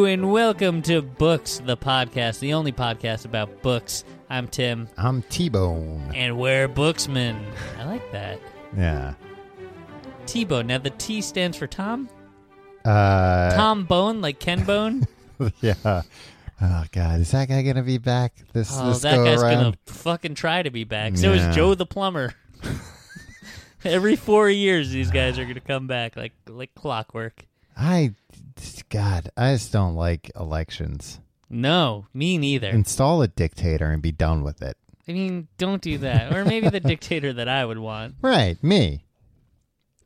Welcome to Books, the podcast, the only podcast about books. I'm Tim, I'm T Bone. and we're booksmen. I like that. Yeah. T-Bone. Now, the T stands for Tom? Uh, Tom Bone, like Ken Bone? yeah. Oh God, is that guy gonna be back this Oh, this that go guy's around? gonna fucking try to be back. So Yeah. is Joe the plumber. Every four years, these guys are gonna come back like like clockwork. I, God, I just don't like elections. No, me neither. Install a dictator and be done with it. I mean, don't do that. Or maybe the dictator that I would want, Right, me.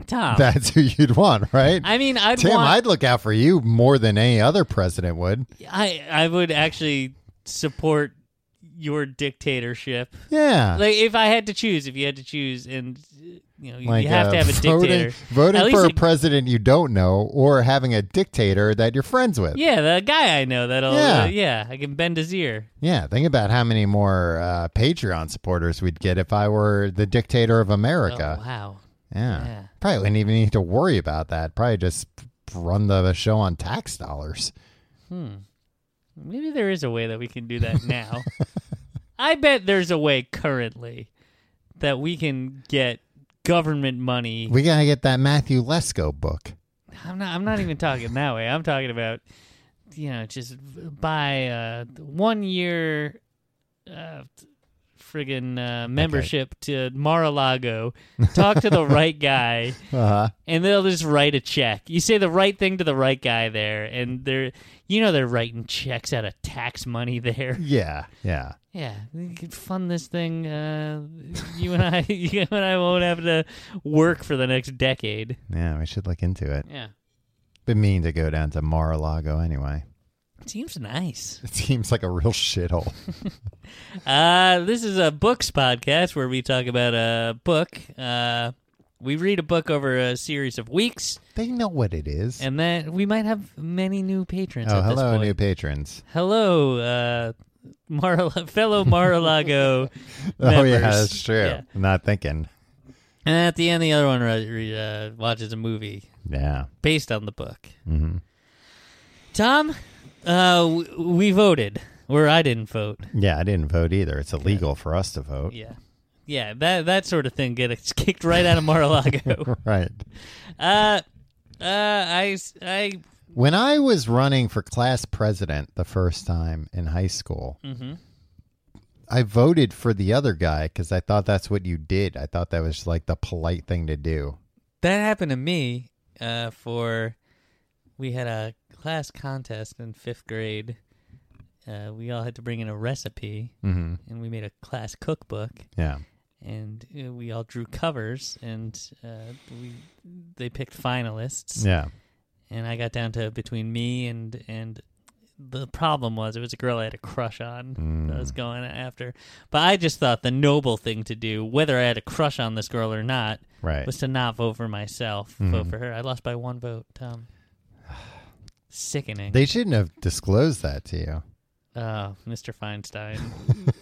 Tom. That's who you'd want, right? Oh. I mean, I'd Tim, want. I'd look out for you more than any other president would. I I would actually support your dictatorship. Yeah. Like if I had to choose, if you had to choose, and you know, you Like, have uh, to have a voting, dictator. At Voting least for a it- president you don't know or having a dictator that you're friends with. Yeah, the guy I know that'll. Yeah. uh, yeah I can bend his ear. Yeah, think about how many more uh, Patreon supporters we'd get if I were the dictator of America. Oh, wow. yeah. yeah. Probably wouldn't even need to worry about that. Probably just run the show on tax dollars. Maybe there is a way that we can do that now. I bet there's a way currently that we can get government money. We got to get that Matthew Lesko book. I'm not I'm not even talking that way. I'm talking about you know just buy uh one year uh friggin uh, membership to Mar-a-Lago. Talk to the right guy Uh-huh. and they'll just write a check. You say the right thing to the right guy there and they're you know they're writing checks out of tax money there. Yeah, yeah. Yeah, we could fund this thing. Uh, you and I, you and I won't have to work for the next decade. Yeah, we should look into it. Yeah, Been mean to go down to Mar-a-Lago anyway. seems nice. It seems like a real shithole. Uh, this is a books podcast where we talk about a book. Uh, we read a book over a series of weeks, they know what it is. and then we might have many new patrons. oh, at this hello, point. new patrons. hello, uh, Mar- fellow Mar-a-Lago. Oh, yeah, members. that's true. Yeah. I'm not thinking. And at the end, the other one re- re- uh, watches a movie. Yeah. based on the book. Mhm. Tom, uh, w- we voted, or I didn't vote. Yeah, I didn't vote either. It's illegal for us to vote. Yeah, yeah, that that sort of thing gets kicked right out of Mar-a-Lago. Right. uh, uh, I, s- I, When I was running for class president the first time in high school, mhm. I voted for the other guy because I thought that's what you did. I thought that was like the polite thing to do. that happened to me. Uh, for we had a class contest in fifth grade. Uh, we all had to bring in a recipe, Mm-hmm. and we made a class cookbook. Yeah. And uh, we all drew covers, and uh, we they picked finalists. Yeah. and I got down to between me and and the problem was it was a girl I had a crush on Mm. Mm-hmm. that I was going after. But I just thought the noble thing to do, whether I had a crush on this girl or not, Right. Mm-hmm. was to not vote for myself, vote for her. I lost by one vote, Tom. Sickening. They shouldn't have disclosed that to you. oh, Mr. Feinstein.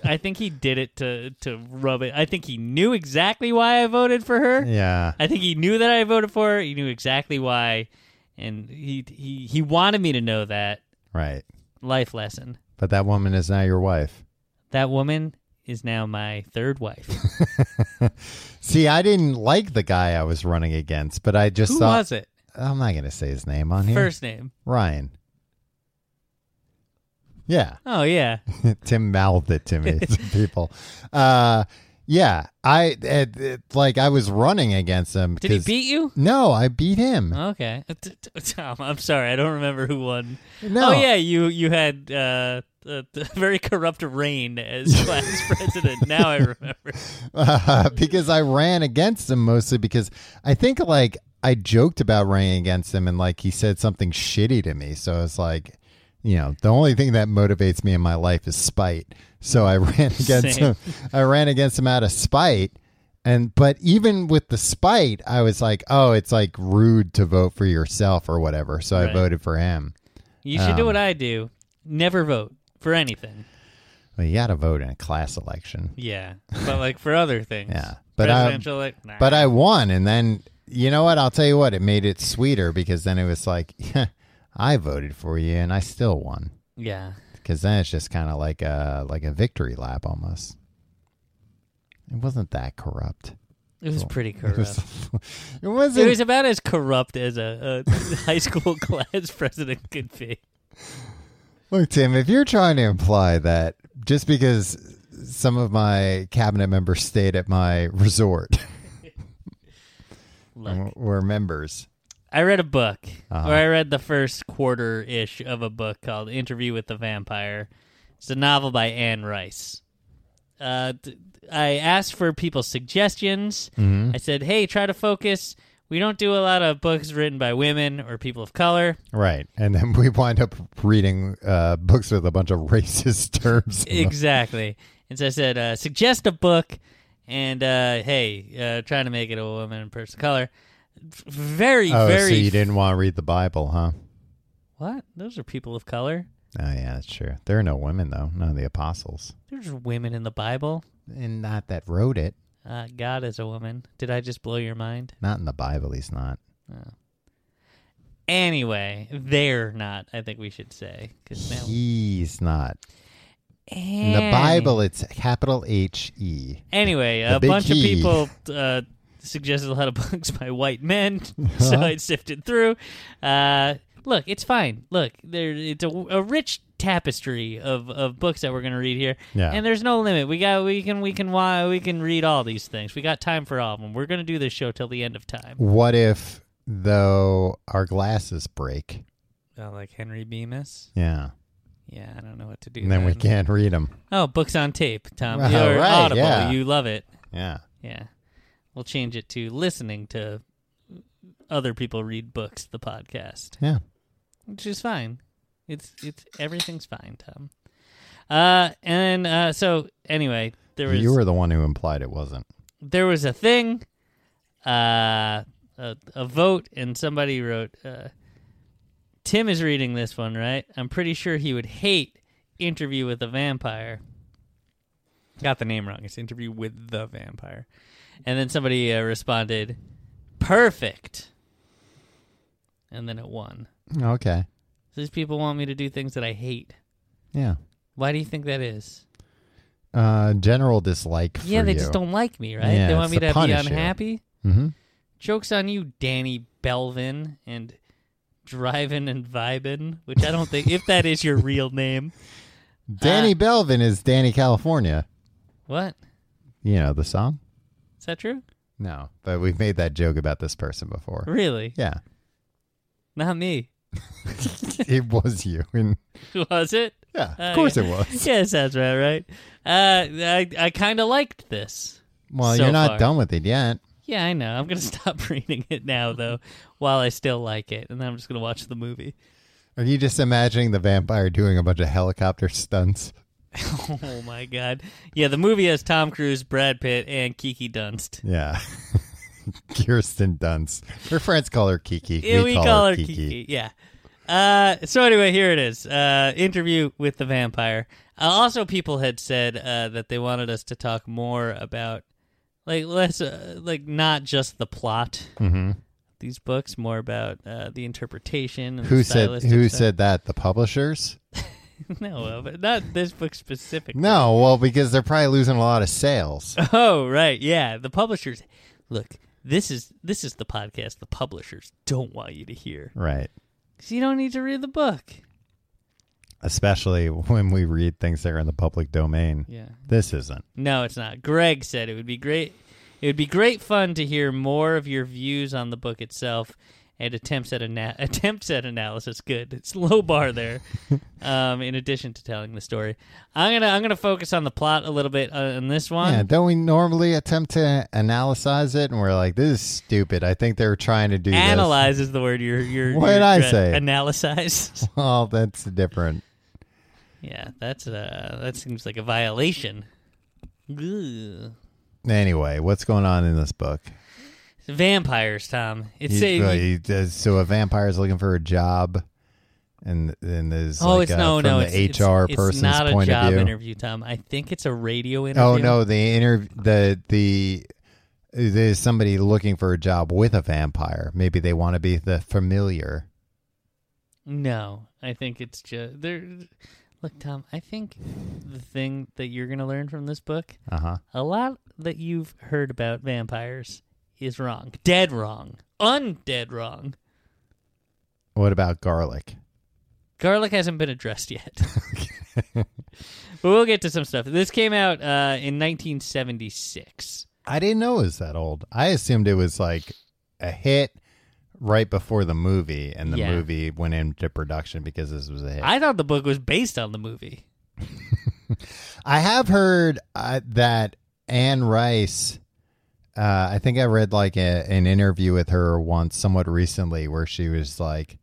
I think he did it to to rub it. I think he knew exactly why I voted for her. Yeah. I think he knew that I voted for her. He knew exactly why, and he he he wanted me to know that Right. life lesson. But that woman is now your wife. That woman is now my third wife. See, I didn't like the guy I was running against, but I just Who thought was it? I'm not going to say his name on here. First name. Ryan. Yeah. Oh yeah. Tim mouthed it to me. some people, uh, yeah, I it, it, like I was running against him. Did he 'cause- beat you? No, I beat him. Okay. T- t- Tom, I'm sorry. I don't remember who won. no, Oh yeah, you you had uh, a, a very corrupt reign as class president. Now I remember. because I ran against him mostly because I think like I joked about running against him and like he said something shitty to me. So it's like, you know, the only thing that motivates me in my life is spite. So I ran against Same. him. I ran against him out of spite. And but even with the spite, I was like, oh, it's like rude to vote for yourself or whatever. So Right. I voted for him. You should do Um, what I do. Never vote for anything. Well, you got to vote in a class election. Yeah, but like for other things. Yeah. But um, I, Presidential, like, nah. But I won, and then you know what? I'll tell you what. It made it sweeter because then it was like, I voted for you and I still won. Yeah. Because then it's just kind of like a like a victory lap almost. It wasn't that corrupt. It was Cool. pretty It, corrupt. was, it It wasn't. was about as corrupt as a, a high school class president could be. Look, Tim, if you're trying to imply that just because some of my cabinet members stayed at my resort Look, were members, I read a book, Uh-huh. or I read the first quarter ish of a book called Interview with the Vampire. It's a novel by Anne Rice. Uh, th- I asked for people's suggestions. Mm-hmm. I said, hey, try to focus. We don't do a lot of books written by women or people of color. right? And then we wind up reading uh, books with a bunch of racist terms. in them. exactly. And so I said, uh, suggest a book, and uh, hey, uh, trying to make it a woman and person of color. V- Very, oh, very. so you didn't want to read the Bible, huh? What? Those are people of color. Oh yeah, that's true. There are no women though, none of the apostles, There's women in the Bible. and not that wrote it. Uh, God is a woman. Did I just blow your mind? Not in the Bible, he's not. Anyway, they're not. I think we should say because now He's not. In the Bible, it's capital H E. Anyway, a big bunch of E. people uh, suggested a lot of books by white men, Uh-huh. so I sifted through. Uh, look, it's fine. Look, there it's a, a rich tapestry of, of books that we're going to read here, Yeah. and there's no limit. We got we can we can why we can read all these things. We got time for all of them. We're going to do this show till the end of time. What if though our glasses break? Uh, like Henry Bemis. Yeah, Yeah, I don't know what to do. and then we then. can't read them. Oh, books on tape, Tom. Well, You're right, audible. yeah. You love it. Yeah, Yeah. We'll change it to listening to other people read books, the podcast, yeah. which is fine. It's it's everything's fine, Tom. Uh, and uh, so anyway, there was You were the one who implied it wasn't. there was a thing, uh, a, a vote, and somebody wrote, uh, "Tim is reading this one, right? I'm pretty sure he would hate Interview with a Vampire." Got the name wrong. It's Interview with the Vampire, and then somebody uh, responded, "Perfect," and then it won. Okay. So these people want me to do things that I hate. Yeah. Why do you think that is? Uh, general dislike. For yeah, they just don't Uh, like me, right? Yeah, they want it's me to to be punish you. unhappy. hmm Joke's on you, Danny Belvin and Drivin' and Vibin', which I don't think, if that is your real name. Danny Belvin is Danny California. What? You know the song? Is that true? No, but we've made that joke about this person before. Really? Yeah, Not me. it was you, and Was it? yeah, Oh, of course it was. Yeah, sounds about right. Uh, I, I kind of liked this. Well, So you're not far. done with it yet. Yeah, I know. I'm going to stop reading it now, though, while I still like it. And then I'm just going to watch the movie. Are you just imagining the vampire doing a bunch of helicopter stunts? oh, my God. Yeah, the movie has Tom Cruise, Brad Pitt, and Kiki Dunst. Yeah. Kirsten Dunst. Her friends call her Kiki. Yeah, we, call, her Kiki. Yeah. Uh, so anyway, here it is. Uh, interview with the vampire. Uh, also, people had said uh, that they wanted us to talk more about, like, less, uh, like, not just the plot. hmm of These books, more about uh, the interpretation. And the Who said stylistic Who stuff. said that? The publishers? no? uh, But not this book specifically. No, well, because they're probably losing a lot of sales. Oh, right. Yeah, the publishers. Look, this is this is the podcast. The publishers don't want you to hear right. 'Cause you don't need to read the book. Especially when we read things that are in the public domain. Yeah. This isn't. No, it's not. Greg said it would be great. It would be great fun to hear more of your views on the book itself and attempts at ana- attempts at analysis. Good, it's low bar there. um, in addition to telling the story, I'm gonna I'm gonna focus on the plot a little bit uh, on this one. Yeah, don't we normally attempt to analyze it? And we're like, this is stupid. I think they were trying to do this. Analyze is the word you're you're. What you're did I trying- say? Analyze. Oh, that's different. yeah, that's uh that seems like a violation. Ugh. Anyway, what's going on in this book? Vampires, Tom. It's He- well, a, he does- so a vampire's looking for a job, and and there's Oh, like it's a- no, from no. the it's, it's- HR it's, person's not a point job of view. interview, Tom. I think it's a radio interview. Oh no, the interview the the there's somebody looking for a job with a vampire. Maybe they want to be the familiar. No, I think it's just there. Look, Tom, I think the thing that you're going to learn from this book, Uh huh. a lot that you've heard about vampires is wrong, dead wrong, undead wrong. What about garlic? Garlic hasn't been addressed yet. but we'll get to some stuff. This came out uh, in 1976. I didn't know it was that old. I assumed it was like a hit right before the movie, and the Yeah. movie went into production because this was a hit. I, I thought the book was based on the movie. have heard uh, that Anne Rice. Uh, I think I read like a, an interview with her once, somewhat recently, where she was like,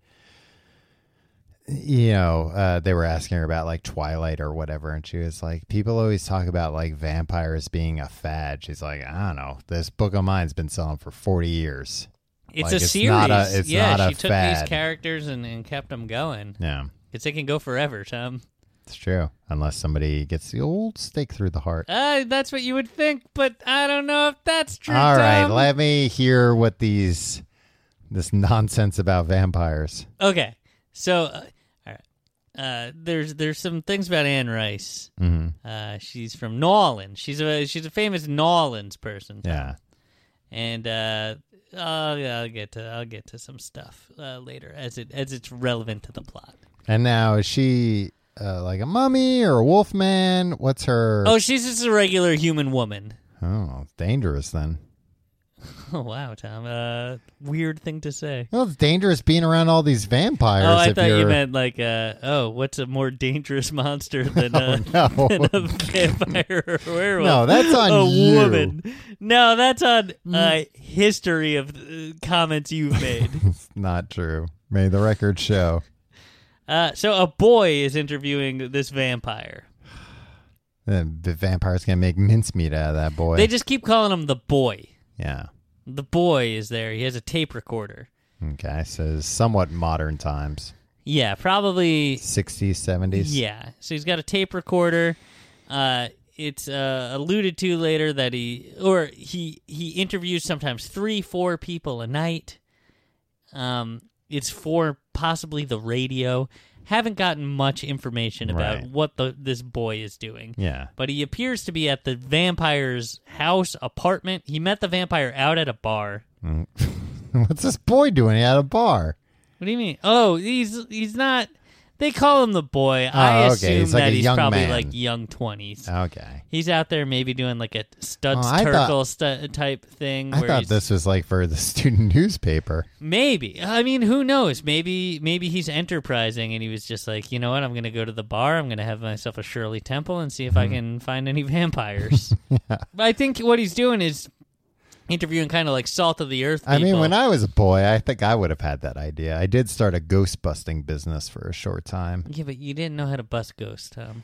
you know, uh, they were asking her about like Twilight or whatever, and she was like, people always talk about like vampires being a fad. She's like, I don't know, this book of mine's been selling for forty years. It's Like, a it's series. not a- it's yeah, not a she took fad. these characters and, and kept them going. Yeah. Because they can go forever, Tom. It's true. Unless somebody gets the old stake through the heart. Uh, that's what you would think, but I don't know if that's true. All right, Tom. let me hear what these this nonsense about vampires. Okay. So, uh, all right. Uh, there's there's some things about Anne Rice. hmm Uh, she's from New Orleans. She's a she's a famous New Orleans person. Yeah. And uh, I'll, I'll get to I'll get to some stuff uh, later as it as it's relevant to the plot. And now is she uh, like a mummy or a wolf man? What's her? Oh, she's just a regular human woman. Oh, it's dangerous then. Oh wow, Tom. Uh, weird thing to say. Well, it's dangerous being around all these vampires. Oh, I if thought you're... you meant like, uh, oh, what's a more dangerous monster than a, Oh, no. than a vampire or werewolf? No, that's on a you. Mm. woman. No, that's on uh, history of uh, comments you've made. It's not true. May the record show. uh, so a boy is interviewing this vampire. The the vampire's gonna make mincemeat out of that boy. They just keep calling him the boy. yeah. The boy is there. He has a tape recorder. Okay. So somewhat modern times, Yeah, probably. 60s, 70s. Yeah. So he's got a tape recorder. Uh, it's uh, alluded to later that he or he he interviews sometimes three, four people a night. Um, it's for possibly the radio. Haven't gotten much information about Right. what the this boy is doing. Yeah. But he appears to be at the vampire's house apartment. He met the vampire out at a bar. What's this boy doing at a bar? What do you mean? Oh, he's he's not. They call him the boy. I Oh, okay. assume He's like that a he's young probably man. like young twenties. Okay. He's out there maybe doing like a Studs Oh, I thought- Terkel stu- type thing. I where thought he's- this was like for the student newspaper. maybe. I mean, who knows? Maybe maybe he's enterprising and he was just like, you know what? I'm going to go to the bar. I'm going to have myself a Shirley Temple and see if Mm-hmm. I can find any vampires. I think what he's doing is interviewing kind of like salt of the earth. I mean, people. when I was a boy, I think I would have had that idea. I did start a ghost busting business for a short time. yeah, but you didn't know how to bust ghosts, Tom.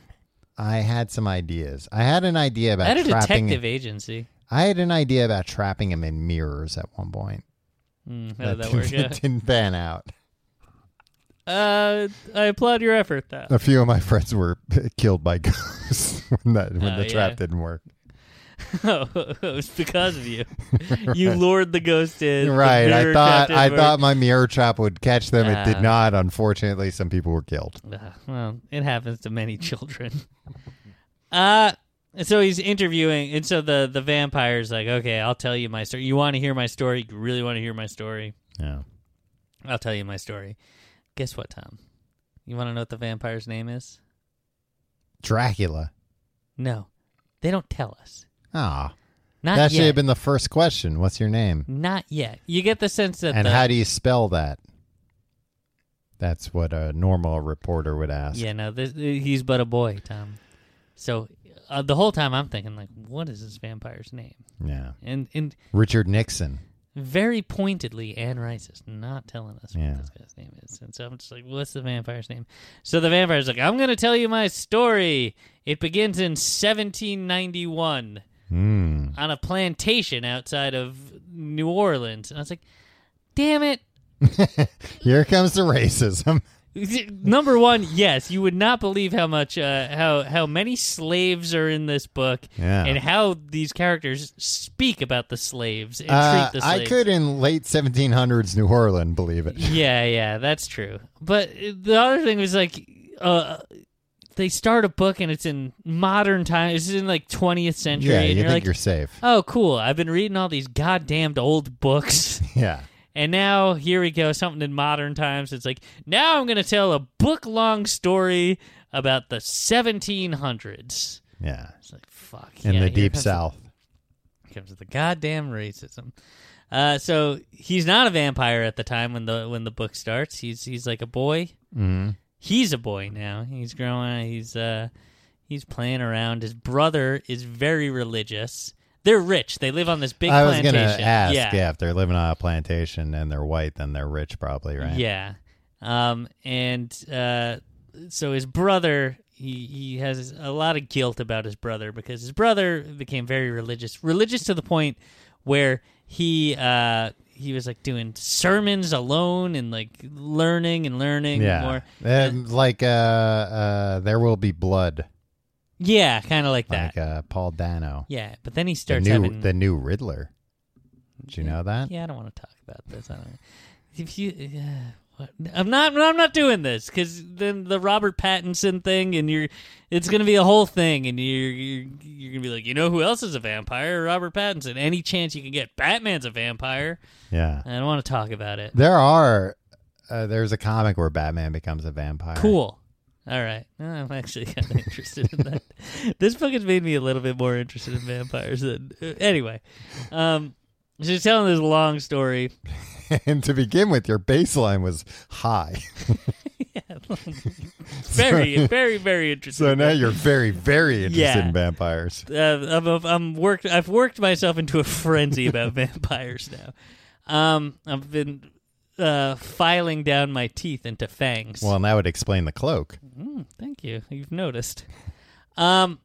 I had some ideas. I had an idea about At a trapping. detective agency. I had an idea about trapping him in mirrors at one point. Mm, how did that didn't- work? out? didn't pan out. Uh, I applaud your effort, though. A few of my friends were killed by ghosts when that when Oh, the trap yeah. didn't work. oh, it was because of you. You lured the ghost in. the Right. I mirror thought trapped I in thought my mirror trap would catch them. it Ah. did not. Unfortunately, some people were killed. Ugh, Ah, well, it happens to many children. Uh so he's interviewing, and so the the vampire's like, "Okay, I'll tell you my story. You want to hear my story? You really want to hear my story? Yeah. I'll tell you my story. Guess what, Tom? You want to know what the vampire's name is? Dracula. No, they don't tell us. Ah, Not that should yet. have been the first question. What's your name? Not yet. You get the sense that And the, how do you spell that? That's what a normal reporter would ask. Yeah, no, this, he's but a boy, Tom. So uh, the whole time I'm thinking, like, what is this vampire's name? Yeah. And and Richard Nixon. very pointedly, Anne Rice is not telling us Yeah. what this guy's name is. And so I'm just like, what's the vampire's name? So the vampire's like, I'm going to tell you my story. It begins in 1791 Hmm. on a plantation outside of New Orleans. And I was like, damn it. Here comes the racism. Number one, yes, you would not believe how much, uh, how how many slaves are in this book, Yeah. and how these characters speak about the slaves and Uh, treat the slaves. I could in late 1700s New Orleans believe it. Yeah, yeah, that's true. But uh, the other thing was like, uh, they start a book and it's in modern time. It's in like 20th century, Yeah, and you you're think like, you're safe. oh, cool. I've been reading all these goddamned old books. Yeah. And now here we go, something in modern times. It's like now I'm going to tell a book long story about the 1700s. Yeah. It's like fuck. In yeah, the here deep comes south. The, here comes the goddamn racism. Uh, so he's not a vampire at the time when the when the book starts. He's he's like a boy. hmm He's a boy now. He's growing. He's uh he's playing around. His brother is very religious. They're rich. They live on this big I was plantation. gonna ask, yeah. yeah. if they're living on a plantation and they're white, then they're rich, probably, right? Yeah. Um, and uh, so his brother, he, he has a lot of guilt about his brother because his brother became very religious, religious to the point where he uh, he was like doing sermons alone and like learning and learning Yeah. more. And like uh, uh, there will be blood, Yeah, kind of like that. like uh, Paul Dano, yeah, but then he the starts new having. the new Riddler. Did you know that? yeah, I don't want to talk about this. I don't. If you. Uh, what? I'm not. I'm not doing this because then the Robert Pattinson thing, and you're, it's gonna be a whole thing, and you're, you're you're gonna be like, you know who else is a vampire? Robert Pattinson. Any chance you can get, Batman's a vampire. Yeah. I don't want to talk about it. There are. Uh, there's a comic where Batman becomes a vampire. Cool. All right, Well, I'm actually kind of interested in that. This book has made me a little bit more interested in vampires than uh, anyway. Um, she's telling this long story. and to begin with, your baseline was high, Very, very, very interesting. so now you're very, very interested Yeah. in vampires. uh, I'm, I'm- I'm worked. I've worked myself into a frenzy about vampires now. Um, I've been uh, filing down my teeth into fangs. Well, and that would explain the cloak. Mm, thank you. You've noticed. Um,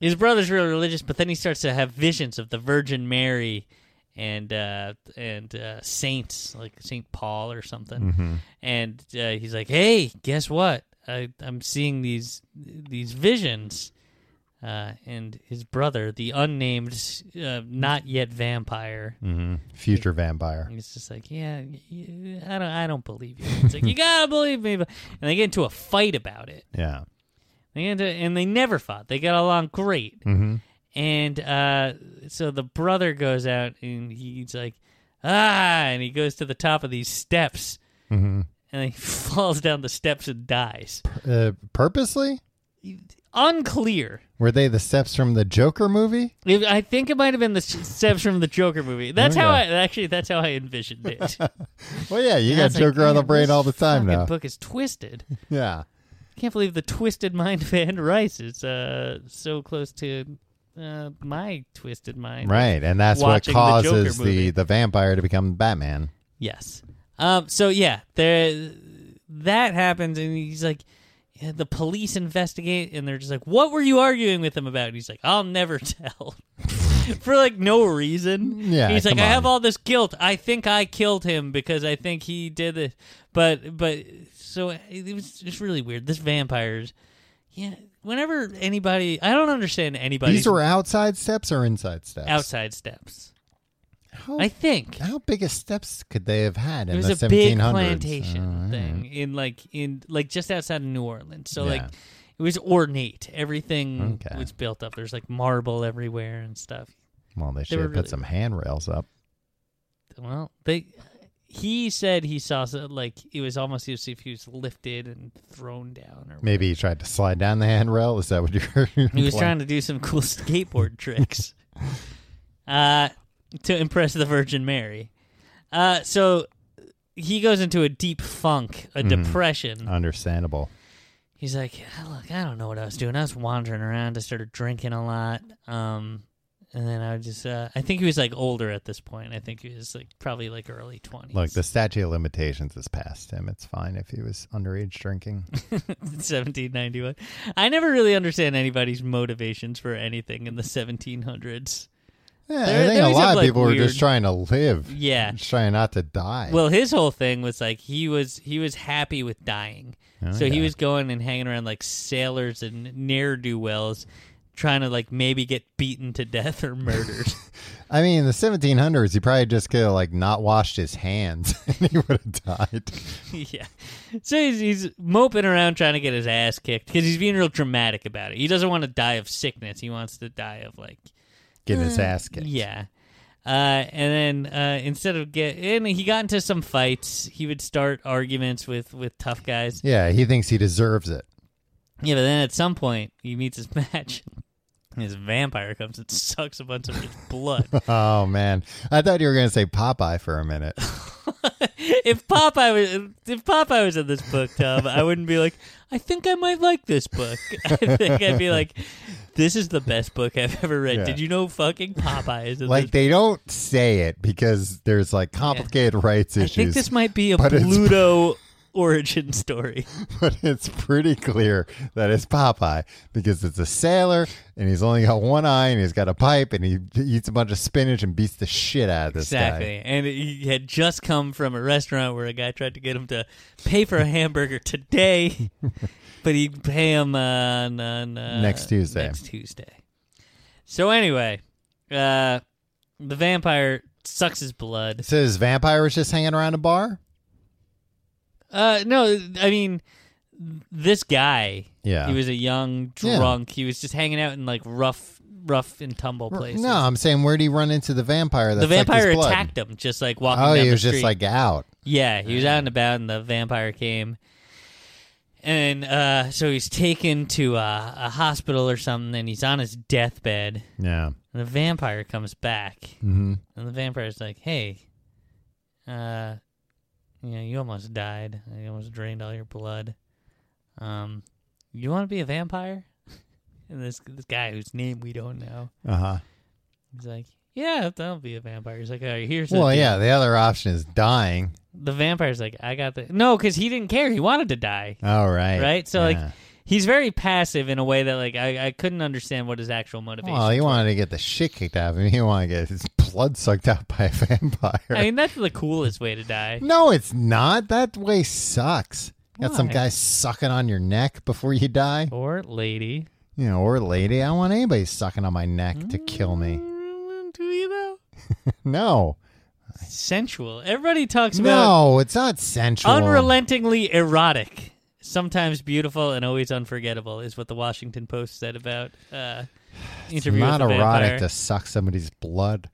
his brother's really religious, but then he starts to have visions of the Virgin Mary and uh, and uh, saints like Saint Paul or something. Mm-hmm. And uh, he's like, "Hey, guess what? I, I'm seeing these these visions." Uh, and his brother, the unnamed, uh, not yet vampire, hmm Future vampire. and It's just like, yeah, y- y- I don't, I don't believe you. It's like you gotta believe me, but and they get into a fight about it. Yeah. They get into, and they never fought. They got along great. hmm And uh, so the brother goes out and he's like, ah, and he goes to the top of these steps hmm and he falls down the steps and dies. Uh, purposely? Unclear. Were they the steps from the Joker movie? If- I think it might have been the s- steps from the Joker movie. That's how I Okay. actually. That's how I envisioned it. Well, yeah, you I got was like, Joker on the "Man, brain all the this time fucking now. Book is twisted. Yeah. can't believe the twisted mind of Anne Rice is uh, so close to uh, my twisted mind. Right. And that's what Watching the causes Joker the, movie. the, vampire to become Batman. Yes. Um. So yeah, there that happens, and he's like, yeah, the police investigate, and they're just like, "What were you arguing with him about?" And he's like, "I'll never tell." For like no reason. Yeah, He's like, come I have on." all this guilt. I think I killed him because I think he did it. But but so it was just really weird. This vampires, yeah. Whenever anybody, I don't understand anybody. These were outside steps or inside steps? outside steps. How, I think how big a steps could they have had it in was the a big 1700s? plantation Oh, all thing in like in like just outside of New Orleans. So like Yeah. it was ornate. Everything Okay. was built up. There's like marble everywhere and stuff. Well, they should were have put really- some handrails up. Well, they he said he saw so- like it was almost as if he was lifted and thrown down or Maybe he tried to slide down the handrail. Is that what you're? he was trying to do some cool skateboard tricks uh, to impress the Virgin Mary. Uh, so he goes into a deep funk, a Mm-hmm. depression. Understandable. he's like, "Ah, look, I don't know what I was doing. I was wandering around. I started drinking a lot. Um, and then I would just, uh, I think he was like older at this point. I think he was like probably like early 20s. Look, the statute of limitations is past him. It's fine if he was underage drinking. 1791. I never really understand anybody's motivations for anything in the 1700s. Yeah, There- I think there a is lot a, of like, people were weird- just trying to live. Yeah. Just trying not to die. Well, his whole thing was like he was he was happy with dying, so he Okay. was going and hanging around like sailors and ne'er do wells, trying to like maybe get beaten to death or murdered. I mean, in the 1700s, he probably just could have like not washed his hands, and he would have died. yeah, so he's, he's moping around trying to get his ass kicked because he's being real dramatic about it. He doesn't want to die of sickness. He wants to die of like Getting his ass kicked. Mm, Yeah. Uh, and then uh, instead of get, and he got into some fights. He would start arguments with with tough guys. Yeah, he thinks he deserves it. Yeah, but then at some point he meets his match. and His vampire comes and sucks a bunch of his blood. Oh man, I thought you were going to say Popeye for a minute. if Popeye was if Popeye was in this book, Tom, I wouldn't be like, I think I might like this book. I think I'd be like, this is the best book I've ever read. Yeah. Did you know fucking Popeye is in Like this? they don't say it because there's like complicated rights I issues, think this might be a but it's- Pluto origin story. but it's pretty clear that it's Popeye because it's a sailor and he's only got one eye and he's got a pipe and he eats a bunch of spinach and beats the shit out of this guy. Exactly. And he had just come from a restaurant where a guy tried to get him to pay for a hamburger today, but he'd pay him on, on uh, Next Tuesday. Next Tuesday. So anyway, uh, the vampire sucks his blood. So his vampire was just hanging around a bar. Uh, no, I mean this guy. Yeah. He was a young Yeah. drunk. He was just hanging out in like rough, rough and tumble places. No, I'm saying where would he run into the vampire? That's the vampire like his blood? attacked him just like walking. Oh, down he the was street. just like out. Yeah, he was out and about, and the vampire came. And uh, so he's taken to uh, a, a hospital or something, and he's on his deathbed. Yeah. And the vampire comes back, hmm and the vampire's like, "Hey, uh, you know, you almost died. I almost drained all your blood. Um, you want to be a vampire?" And this this guy whose name we don't know, Uh huh. he's like, "Yeah, I'll be a vampire." He's like, "All right, here's the Well, deal." yeah. The other option is dying. The vampire's like, "I got the no," because he didn't care. He wanted to die. All right. Right? So, like, Yeah. he's very passive in a way that like I, I couldn't understand what his actual motivation. Well, he wanted to get the shit kicked out of him. He didn't want to get his blood sucked out by a vampire. I mean, that's the coolest way to die. no, it's not. That way sucks. Got some Why? guy sucking on your neck before you die. Or lady. You know, or lady. I don't want anybody sucking on my neck to kill me. Mm, Do you though? No. Sensual. Everybody talks about No, it's not sensual. unrelentingly erotic. Sometimes beautiful and always unforgettable is what the Washington Post said about uh, It's interview not with the erotic vampire. to suck somebody's blood.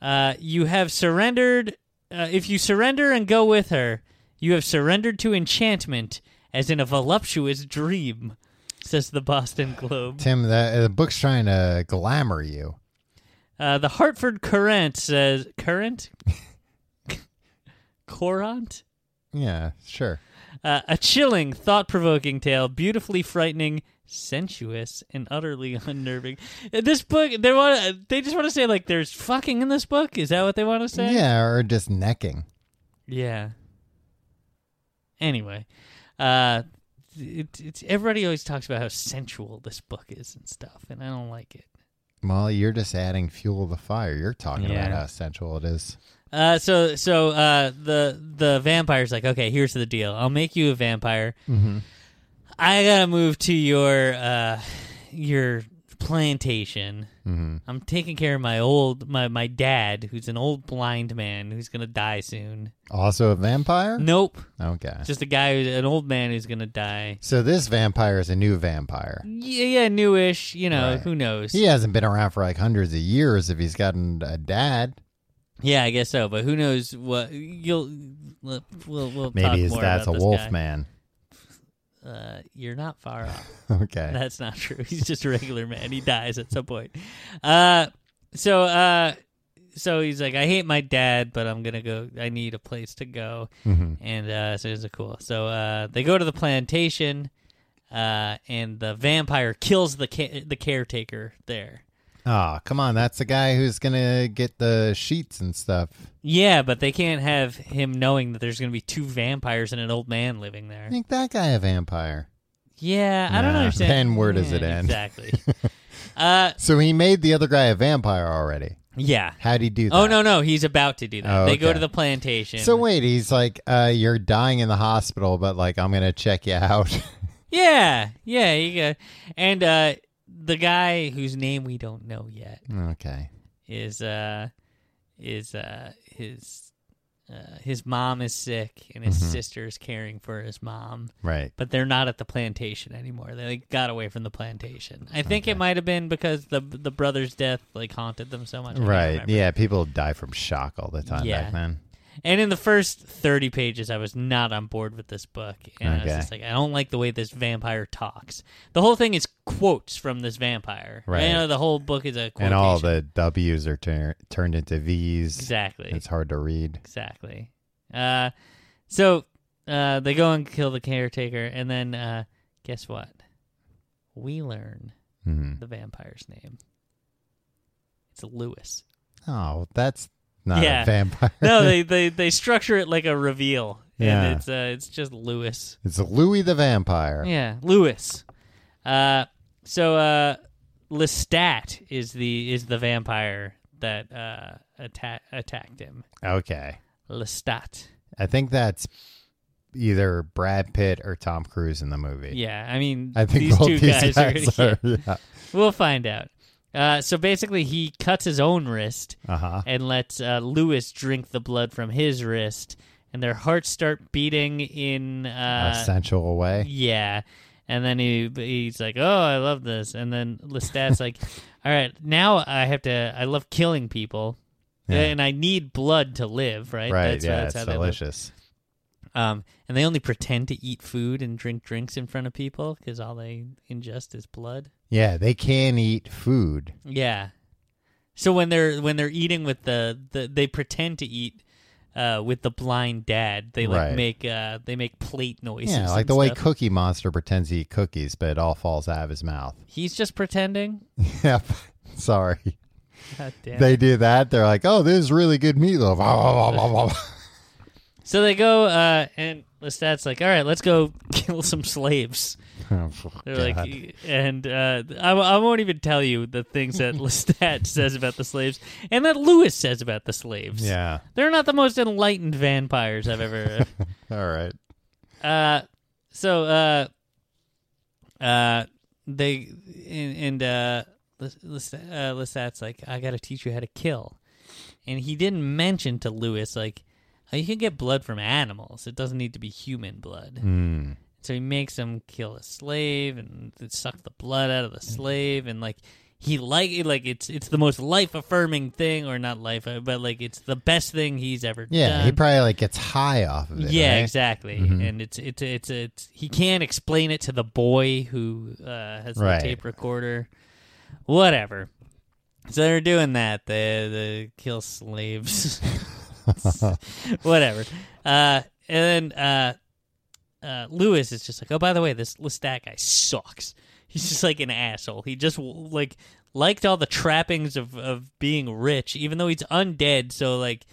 Uh, you have surrendered. Uh, if you surrender and go with her, you have surrendered to enchantment, as in a voluptuous dream, says the Boston Globe. Tim, the, the book's trying to glamour you. Uh, the Hartford Current says current. Courant? Yeah, sure. Uh, a chilling, thought provoking tale, beautifully frightening, sensuous, and utterly unnerving. Uh, This book, they want they just want to say, like, there's fucking in this book? Is that what they want to say? Yeah, or just necking. Yeah. Anyway, uh, it, it's everybody always talks about how sensual this book is and stuff, and I don't like it. Well, you're just adding fuel to the fire. You're talking about Yeah. how sensual it is. Uh, so so uh, the the vampire's like, okay, here's the deal. I'll make you a vampire. Mhm. I gotta move to your uh, your plantation. Mm-hmm. I'm taking care of my old my my dad, who's an old blind man who's gonna die soon. Also a vampire? Nope, Okay. just a guy, who's an old man who's gonna die. So this vampire is a new vampire. Yeah, yeah, newish. You know, Right. who knows? He hasn't been around for like hundreds of years if he's gotten a dad. Yeah, I guess so. But who knows what you'll? We'll, we'll we'll talk Maybe his more dad's a about this wolf guy. man. Uh, you're not far off. Okay. That's not true. He's just a regular man. He dies at some point. Uh, so uh, so he's like, I hate my dad, but I'm gonna go. I need a place to go. Mhm. And uh, so it's a cool. So uh, they go to the plantation, uh, and the vampire kills the ca- the caretaker there. Oh, come on. That's the guy who's going to get the sheets and stuff. Yeah, but they can't have him knowing that there's going to be two vampires and an old man living there. Make that guy a vampire. Yeah, I don't Nah, understand. then where does Yeah, it end? Exactly. Uh, So he made the other guy a vampire already. yeah. How'd he do that? Oh no, no, he's about to do that. Oh, They go okay. to the plantation. So wait, he's like, uh, you're dying in the hospital, but like I'm gonna check you out. yeah, yeah, you got, and uh, the guy whose name we don't know yet okay. is uh, is uh, his uh, his mom is sick and his Mm-hmm. sister is caring for his mom. Right. but they're not at the plantation anymore. They like, got away from the plantation. I think it might have been because the the brother's death like haunted them so much. I don't Right. remember. Yeah, people die from shock all the time Yeah. back then. And in the first thirty pages, I was not on board with this book, and I was Okay. just like, I don't like the way this vampire talks. The whole thing is quotes from this vampire. Right. You know, the whole book is a quotation. And all the W's are tur- turned into V's. exactly It's hard to read. exactly. Uh, so uh, they go and kill the caretaker, and then uh, guess what? We learn hmm the vampire's name. It's Lewis. Oh, that's not Yeah. a vampire. No, they, they they structure it like a reveal. Yeah. And it's uh it's just Lewis. it's Louis the vampire. Yeah, Lewis. Uh so uh Lestat is the is the vampire that uh atta- attacked him. Okay. Lestat. I think that's either Brad Pitt or Tom Cruise in the movie. Yeah, I mean I think these both two guys, these guys are, are. Yeah. We'll find out. Uh so basically he cuts his own wrist Uh huh. and lets uh, Lewis drink the blood from his wrist, and their hearts start beating in. A Uh, sensual way. yeah. And then he he's like, "Oh, I love this." And then Lestat's like, "All right, now I have to. I love killing people, Yeah. and I need blood to live, right? Right. That's- yeah. that's it's how they live. delicious. Um, and they only pretend to eat food and drink drinks in front of people because all they ingest is blood. Yeah. They can eat food. Yeah. So when they're when they're eating with the, the they pretend to eat uh, with the blind dad. They like Right. make uh, they make plate noises. Yeah. Like and the way stuff. Cookie Monster pretends to eat cookies, but it all falls out of his mouth. he's just pretending. Yep. Sorry. God damn. They do that. They're like, oh, this is really good meatloaf. so they go uh, and Lestat's like, all right, let's go kill some slaves. They're God. like, and uh, I, I won't even tell you the things that Lestat says about the slaves and that Lewis says about the slaves. yeah. They're not the most enlightened vampires I've ever All right. Uh, so uh, uh, they and, and uh, Lis- Lis- uh, Lisat's like, I gotta teach you how to kill, and he didn't mention to Lewis like, oh, you can get blood from animals. It doesn't need to be human blood. Hmm. So he makes him kill a slave and suck the blood out of the slave, and like. He like like it's it's the most life affirming thing or not life uh, but like it's the best thing he's ever Yeah. done. He probably like gets high off of it. Yeah, right? Mm-hmm. exactly. And it's it's it's it's he can't explain it to the boy who uh, has Right. the tape recorder, whatever. So they're doing that. They they kill slaves, whatever. Uh, and then uh, uh, Lewis is just like, oh, by the way, this Lestat guy sucks. He's just like an asshole. He just like liked all the trappings of of being rich, even though he's undead. So like.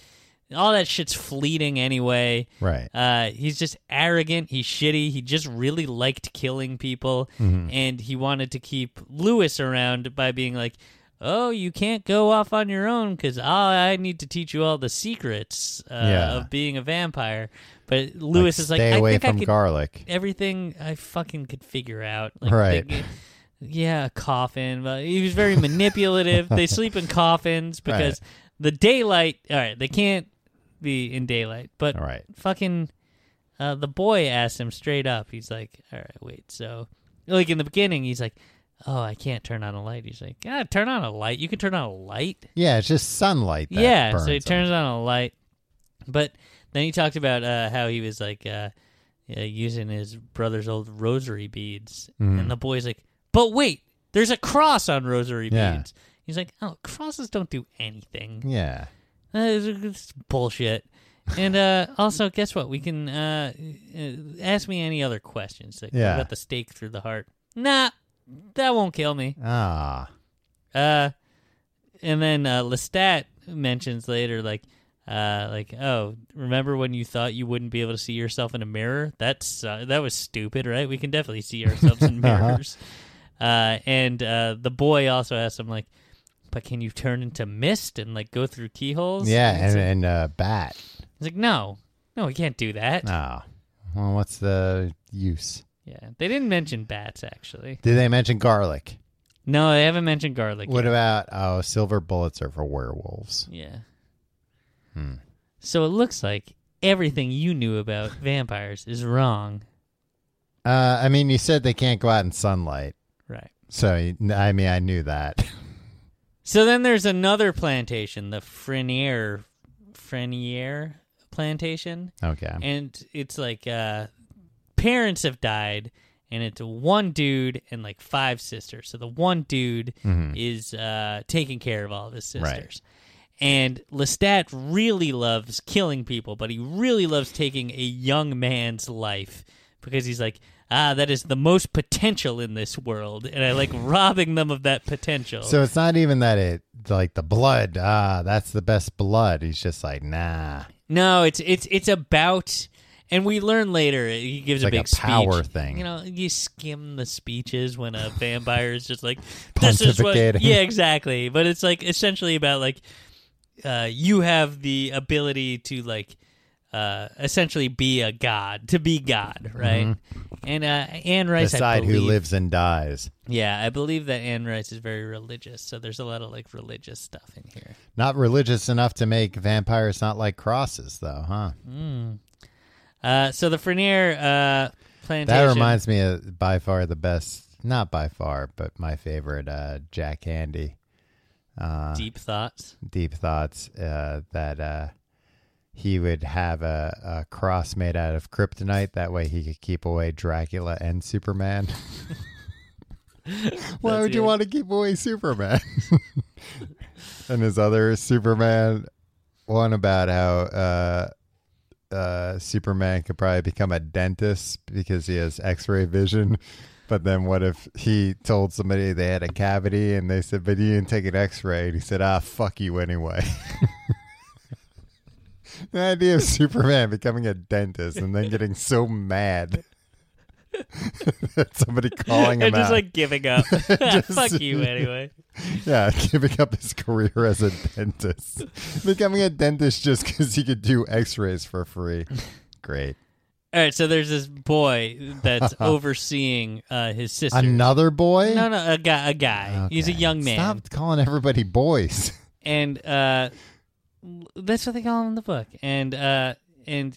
All that shit's fleeting anyway. Right. Uh, he's just arrogant. He's shitty. He just really liked killing people, Mm-hmm. and he wanted to keep Lewis around by being like, "Oh, you can't go off on your own because I need to teach you all the secrets uh, Yeah. of being a vampire." But Lewis is like, stay "I away think from I could garlic. everything I fucking could figure out." Like, Right. they- yeah, a coffin. But he was very manipulative. they sleep in coffins because the daylight. All right, they can't be in daylight, but All right. fucking uh, the boy asked him straight up. He's like, "All right, wait." So, like in the beginning, he's like, "Oh, I can't turn on a light." He's like, "Ah, turn on a light. You can turn on a light." Yeah, it's just sunlight. That yeah, burns so he them. turns on a light. But then he talked about uh, how he was like uh, uh, using his brother's old rosary beads, Mm-hmm. and the boy's like, "But wait, there's a cross on rosary Yeah. beads." He's like, "Oh, crosses don't do anything." Yeah. Uh, it's, it's bullshit. And uh, also, guess what? We can uh, uh, ask me any other questions. Like, what Yeah. about the stake through the heart? Nah, that won't kill me. Ah. Uh, and then uh, Lestat mentions later, like, uh, like, oh, remember when you thought you wouldn't be able to see yourself in a mirror? That's uh, that was stupid, right? We can definitely see ourselves in mirrors. Uh-huh. Uh, and uh, the boy also asked him like, "But can you turn into mist and like go through keyholes?" Yeah, And he's and, like, and uh, bat. he's like, "No, no, we can't do that." Oh, well, what's the use? Yeah, they didn't mention bats actually. Did they mention garlic? No, they haven't mentioned garlic. What yet. about oh, silver bullets are for werewolves? Yeah. Hmm. So it looks like everything you knew about vampires is wrong. Uh, I mean, you said they can't go out in sunlight, Right. so I mean, I knew that. So then there's another plantation, the Frenier Frenier plantation. okay. And it's like uh parents have died and it's one dude and like five sisters. So the one dude Mhm. is uh taking care of all of his sisters. Right. And Lestat really loves killing people, but he really loves taking a young man's life because he's like, ah, that is the most potential in this world, and I like robbing them of that potential. So it's not even that it like the blood. Ah, that's the best blood. He's just like nah, No, it's it's it's about, and we learn later. He gives It's like a a big speech. power thing. You know, you skim the speeches when a vampire is just like, "This is what." Pontificating. Yeah, exactly. But it's like essentially about like, uh, you have the ability to like, uh, essentially be a god, to be god, right? And uh, Anne Rice, Mm-hmm. decide I believe, who lives and dies. Yeah, I believe that Anne Rice is very religious. So there's a lot of like religious stuff in here. Not religious enough to make vampires not like crosses, though, huh? Uh, so the Frenier uh, plantation. That reminds me of by far the best, not by far, but my favorite uh, Jack Handy deep thoughts. deep thoughts uh, that uh, he would have a, a cross made out of kryptonite. That way he could keep away Dracula and Superman. Why That's would you good. want to keep away Superman? and his other Superman one about how uh, uh, Superman could probably become a dentist because he has x ray vision. But then what if he told somebody they had a cavity and they said, but you didn't take an x ray? And he said, ah, fuck you anyway. the idea of Superman becoming a dentist and then getting so mad. that somebody calling him and just out. like giving up. Just- Fuck you anyway. Yeah, giving up his career as a dentist. Becoming a dentist just because he could do x rays for free. Great. All right, so there's this boy that's overseeing uh, his sister. Another boy? no, no, a guy. A guy. He's a Okay. young man, Stop calling everybody boys. and uh, l- that's what they call him in the book. And uh, and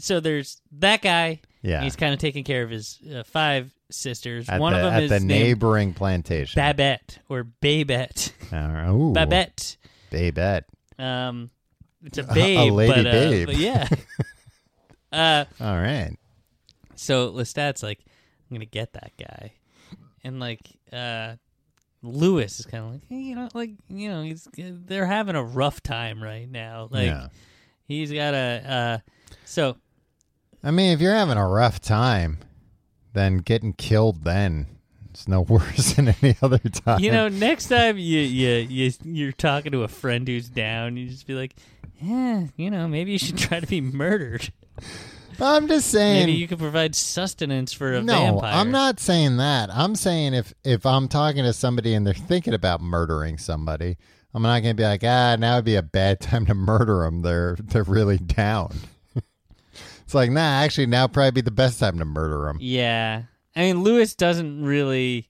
so there's that guy. Yeah. He's kind of taking care of his uh, five sisters. at One the, of them at is the named neighboring plantation. Babette or Babette. Uh, ooh, Babette. Babette. Um, it's a a babe, lady but, uh, babe. but yeah. uh, All right. So Lestat's like, I'm gonna get that guy, and like uh, Lewis is kind of like, hey, you know, like you know, he's uh, they're having a rough time right now. Like yeah. he's got a uh, so I mean, if you're having a rough time, then getting killed then it's no worse than any other time. you know, next time you you you you're talking to a friend who's down, you just be like, yeah, you know, maybe you should try to be murdered. I'm just saying. Maybe you could provide sustenance for a no, vampire. I'm not saying that. I'm saying if if I'm talking to somebody and they're thinking about murdering somebody, I'm not going to be like, ah, now would be a bad time to murder them. They're they're really down. it's like, nah, actually, now would probably be the best time to murder them. Yeah. I mean, Lewis doesn't really.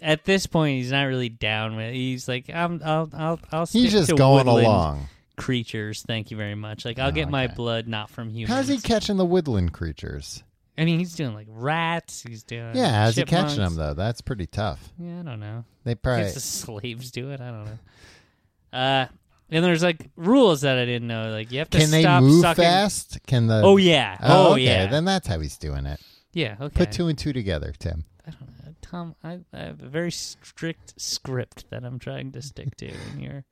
At this point, he's not really down with. He's like, I'm, I'll, I'll, I'll. Stick He's just to going woodland along. Creatures, thank you very much. Like, I'll Oh, get my okay. blood not from humans. How's he catching the woodland creatures? I mean, he's doing like rats. He's doing Yeah, how's he catching them Uh, chipmunks. though? That's pretty tough. Yeah, I don't know. They I probably guess the slaves do it. I don't know. Uh, and there's like rules that I didn't know. Like you have to can they stop move sucking. fast? Can the Oh yeah. Oh, okay. yeah. Then that's how he's doing it. yeah. Okay. Put two and two together, Tim. I don't know. Tom, I, I have a very strict script that I'm trying to stick to, and you're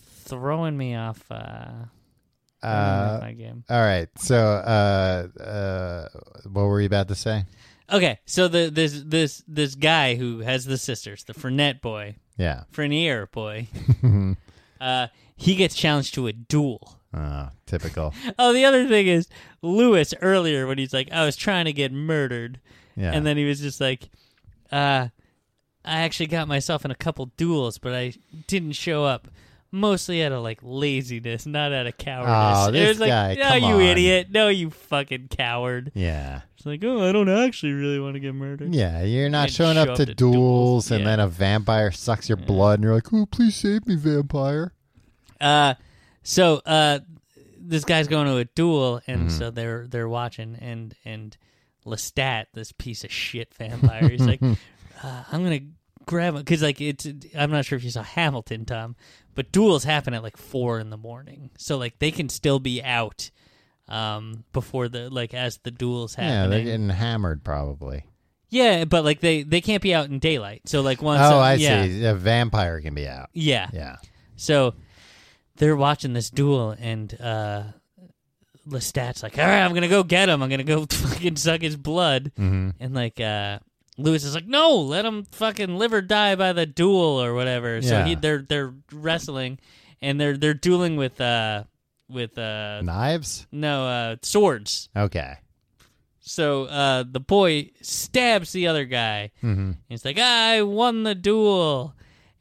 throwing me off uh, throwing me Uh, off my game. All right. So, uh, uh, what were you about to say? Okay, so the this this this guy who has the sisters, the Fernet boy, Yeah. Frenier boy, uh, he gets challenged to a duel. Oh, typical. Oh, the other thing is Lewis earlier when he's like, "I was trying to get murdered," Yeah. and then he was just like, Uh, I actually got myself in a couple duels, but I didn't show up. Mostly out of like laziness, not out of cowardice. Oh, it this was like, guy, no, come you on." idiot. No, you fucking coward. Yeah. It's like, oh, I don't actually really want to get murdered. Yeah, you're not And showing show up up to, to duels, duels, and yeah. then a vampire sucks your blood, and you're like, "Oh, please save me, vampire!" Uh, so uh, this guy's going to a duel, and Mm-hmm. so they're they're watching, and and Lestat, this piece of shit vampire, he's like, uh, I'm gonna grab him because like it's I'm not sure if you saw Hamilton, Tom, but duels happen at like four in the morning, so like they can still be out um before the like as the duels Yeah, happening they're getting hammered probably. yeah but like they they can't be out in daylight so like once oh, uh, I yeah, see. A vampire can be out. yeah Yeah. So they're watching this duel, and uh, Lestat's like, "All right, I'm gonna go get him. I'm gonna go fucking suck his blood." Mm-hmm. And like, uh, Lewis is like, "No, let him fucking live or die by the duel or whatever." So Yeah. he, they're they're wrestling, and they're they're dueling with uh with uh Knives. no uh swords. Okay. So uh the boy stabs the other guy, Mm-hmm. He's like, I won the duel,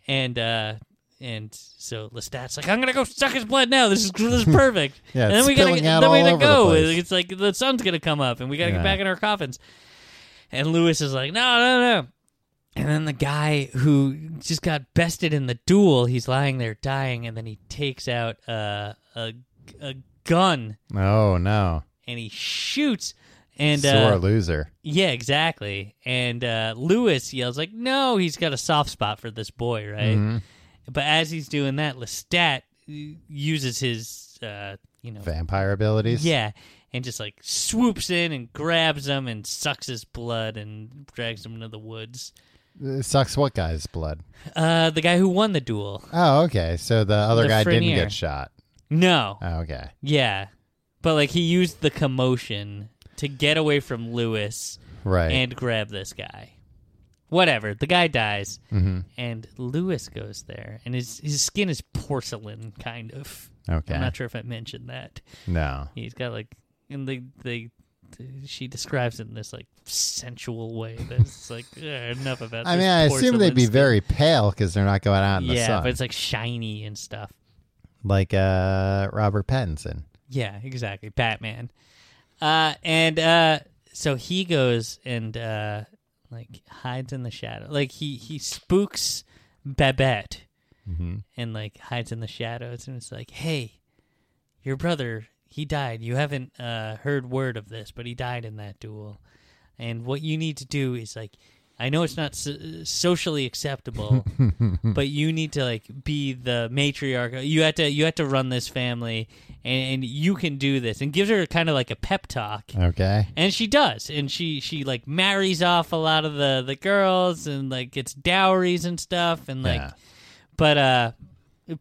and uh, and so Lestat's like, I'm gonna go suck his blood now. This is this is perfect. Yeah, and then it's we gotta spilling out then we all gotta over the go. place. It's like the sun's gonna come up, and we gotta Yeah. get back in our coffins. And Lewis is like, No, no, no. And then the guy who just got bested in the duel, he's lying there dying, and then he takes out uh, a a gun Oh no. and he shoots. And Sore uh, loser. yeah, exactly. And uh, Lewis yells like, "No!" He's got a soft spot for this boy, right? Mhm. But as he's doing that, Lestat uh, uses his, uh, you know, Vampire abilities. yeah, and just like swoops in and grabs him and sucks his blood and drags him into the woods. It sucks what guy's blood? Uh, the guy who won the duel. Oh, okay. So the other The guy didn't Frenier. get shot. No, Oh, okay. yeah, but like he used the commotion to get away from Lewis Right. and grab this guy. Whatever, the guy dies. hmm and Lewis goes there, and his his skin is porcelain, kind of. Okay. I'm not sure if I mentioned that. no. He's got like, and they they, she describes it in this like sensual way that's like "Ugh, enough about. I this mean, I assume porcelain they'd be skin." very pale because they're not going out in the yeah, sun, but it's like shiny and stuff. like uh, Robert Pattinson. Yeah, exactly. Batman. Uh, and uh, so he goes and uh, like hides in the shadow. Like he he spooks Babette. Mm-hmm. and like hides in the shadows and it's like hey your brother he died you haven't uh, heard word of this but he died in that duel and what you need to do is like i know it's not so- socially acceptable but you need to like be the matriarch you have to you have to run this family and, and you can do this and gives her kind of like a pep talk Okay. and she does and she she like marries off a lot of the the girls and like gets dowries and stuff and like Yeah. but uh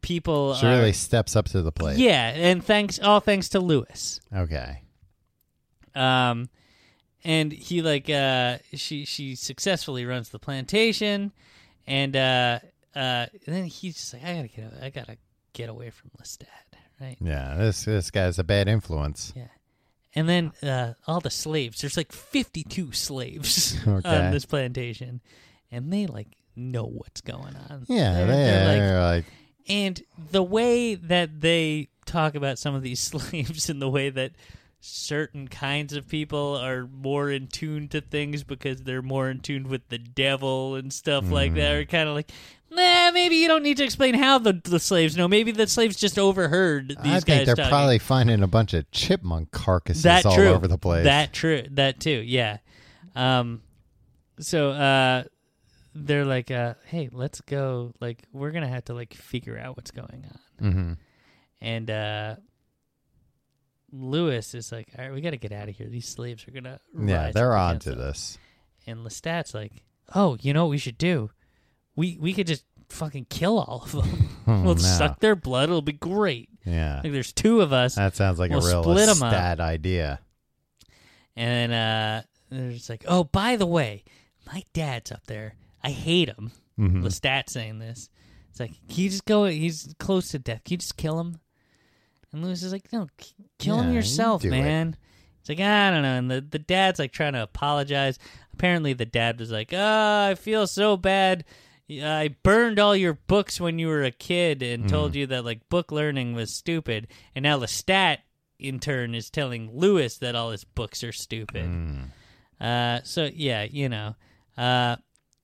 people She are, really steps up to the plate. yeah and thanks all thanks to lewis Okay. um and he like uh she she successfully runs the plantation and uh uh then he's just like i gotta get i gotta get away from lestat right Yeah. This this guy's a bad influence. And then uh, all the slaves. There's like 52 slaves Okay. on this plantation, and they like know what's going on. Yeah. They're- they, they're, like- are like, and the way that they talk about some of these slaves, and the way that certain kinds of people are more in tune to things because they're more in tune with the devil and stuff like that, Mm. are kind of like. Nah, maybe you don't need to explain how the, the slaves know. Maybe the slaves just overheard these I guys. think they're talking. probably finding a bunch of chipmunk carcasses all true. over the place. That true. That too. Yeah. Um. So uh, they're like, uh, hey, let's go. Like, we're gonna have to like figure out what's going on. hmm And uh, Lewis is like, all right, we gotta get out of here. These slaves are gonna. Yeah. rise They're up on against to us." this. And Lestat's like, oh, you know what we should do? We we could just fucking kill all of them. Oh, we'll no. suck their blood. It'll be great. Yeah. Like, there's two of us. That sounds like We'll a real split 'em up. stat idea. And uh, they're just like, oh, by the way, my dad's up there. I hate him. Mhm. Lestat's saying this. It's like, can you just go? He's close to death. Can you just kill him? And Lewis is like, no, k- kill Yeah, him you yourself, do it. man. It's like, I don't know. And the, the dad's like trying to apologize. Apparently, the dad was like, oh, I feel so bad. I burned all your books when you were a kid and Mm-hmm. told you that like book learning was stupid. And now Lestat, in turn, is telling Lewis that all his books are stupid. Uh, so yeah, you know. Uh,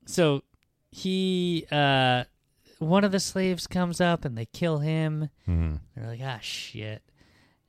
so he, uh, one of the slaves comes up and they kill him. Mhm. They're like, ah, shit.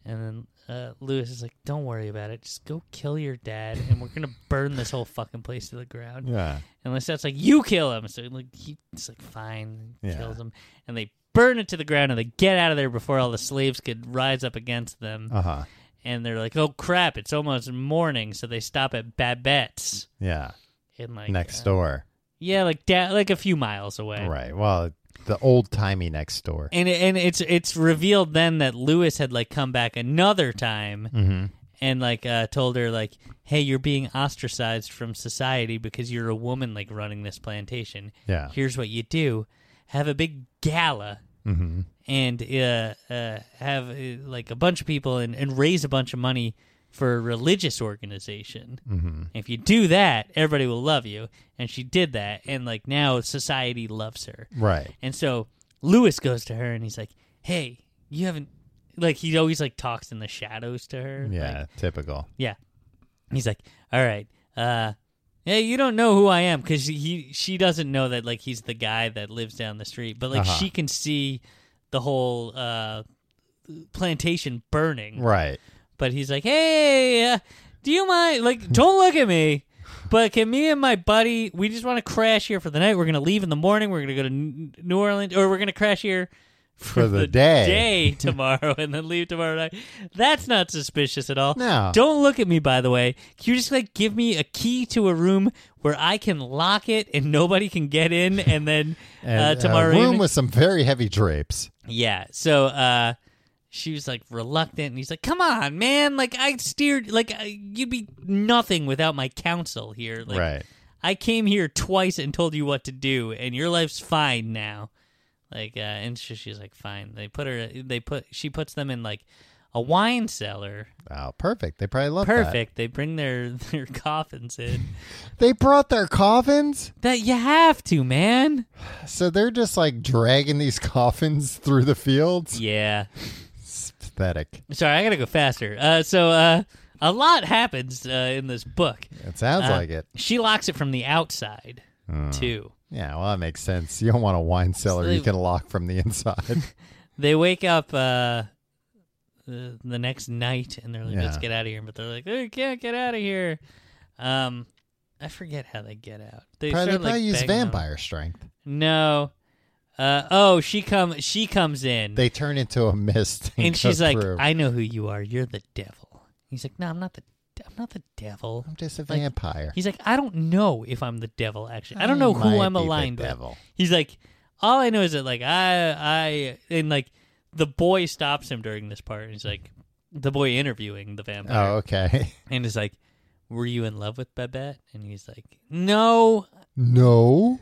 And then uh, Lewis is like, don't worry about it. Just go kill your dad, and we're gonna burn this whole fucking place to the ground. Yeah. And Lestat's like, you kill him. So like, he's like, fine, Yeah. kills him, and they burn it to the ground, and they get out of there before all the slaves could rise up against them. Uh huh. And they're like, oh crap, it's almost morning, so they stop at Babette's Yeah. in like Next uh, door. yeah, like da- like a few miles away. Right. Well, the old timey next door. And it- and it's it's revealed then that Lewis had like come back another time Mm-hmm. and like uh, told her like, "Hey, you're being ostracized from society because you're a woman like running this plantation. Yeah. Here's what you do: have a big gala Mm-hmm. and uh, uh, have uh, like a bunch of people and, and raise a bunch of money for a religious organization. Mm-hmm. If you do that, everybody will love you." And she did that, and like now society loves her. Right. And so Lewis goes to her and he's like, "Hey, you haven't." Like he always like talks in the shadows to her. Yeah. Like, typical. yeah. He's like, all right, uh, hey, you don't know who I am because he she doesn't know that like he's the guy that lives down the street, but like Uh-huh. she can see the whole uh plantation burning. Right. But he's like, hey, uh, do you mind? Like, don't look at me. But can me and my buddy, we just want to crash here for the night. We're gonna leave in the morning. We're gonna go to N- New Orleans, or we're gonna crash here for, the day." day tomorrow, and then leave tomorrow night. That's not suspicious at all. No. Don't look at me, by the way. Can you just like give me a key to a room where I can lock it and nobody can get in, and then And, uh, tomorrow a room evening? with some very heavy drapes. Yeah. So uh she was like reluctant and he's like, "Come on, man. Like I steered like I- you'd be nothing without my counsel here. Like right. I came here twice and told you what to do and your life's fine now." Like uh and she, she's like, "Fine." They put her they put she puts them in like a wine cellar. Oh, perfect. They probably love that. Perfect. They bring their their coffins in. They brought their coffins, that you have to, man. so they're just like dragging these coffins through the fields. Yeah. It's pathetic. Sorry, I got to go faster. Uh so uh a lot happens uh, in this book. It sounds Uh, like it. Hmm. She locks it from the outside Uh-huh. too. Yeah, well, that makes sense. You don't want a wine cellar you they- can lock from the inside. They wake up uh, the, the next night and they're like, "Let's Yeah. get out of here," but they're like, "We can't get out of here." Um, I forget how they get out. They probably they start, probably like, use banging on- vampire strength. No. Uh, oh, she come. She comes in They turn into a mist, and, and go she's like, through. "I know who you are. You're the devil." He's like, "No, I'm not the. de- I'm not the devil." "I'm just a like- vampire." He's like, "I don't know if I'm the devil. Actually, I don't know who might I'm be the aligned with." devil. He's like, all I know is that like I I and like the boy stops him during this part. And he's like, the boy interviewing the vampire, Oh, okay. and is like, "Were you in love with Babette?" And he's like, "No, no.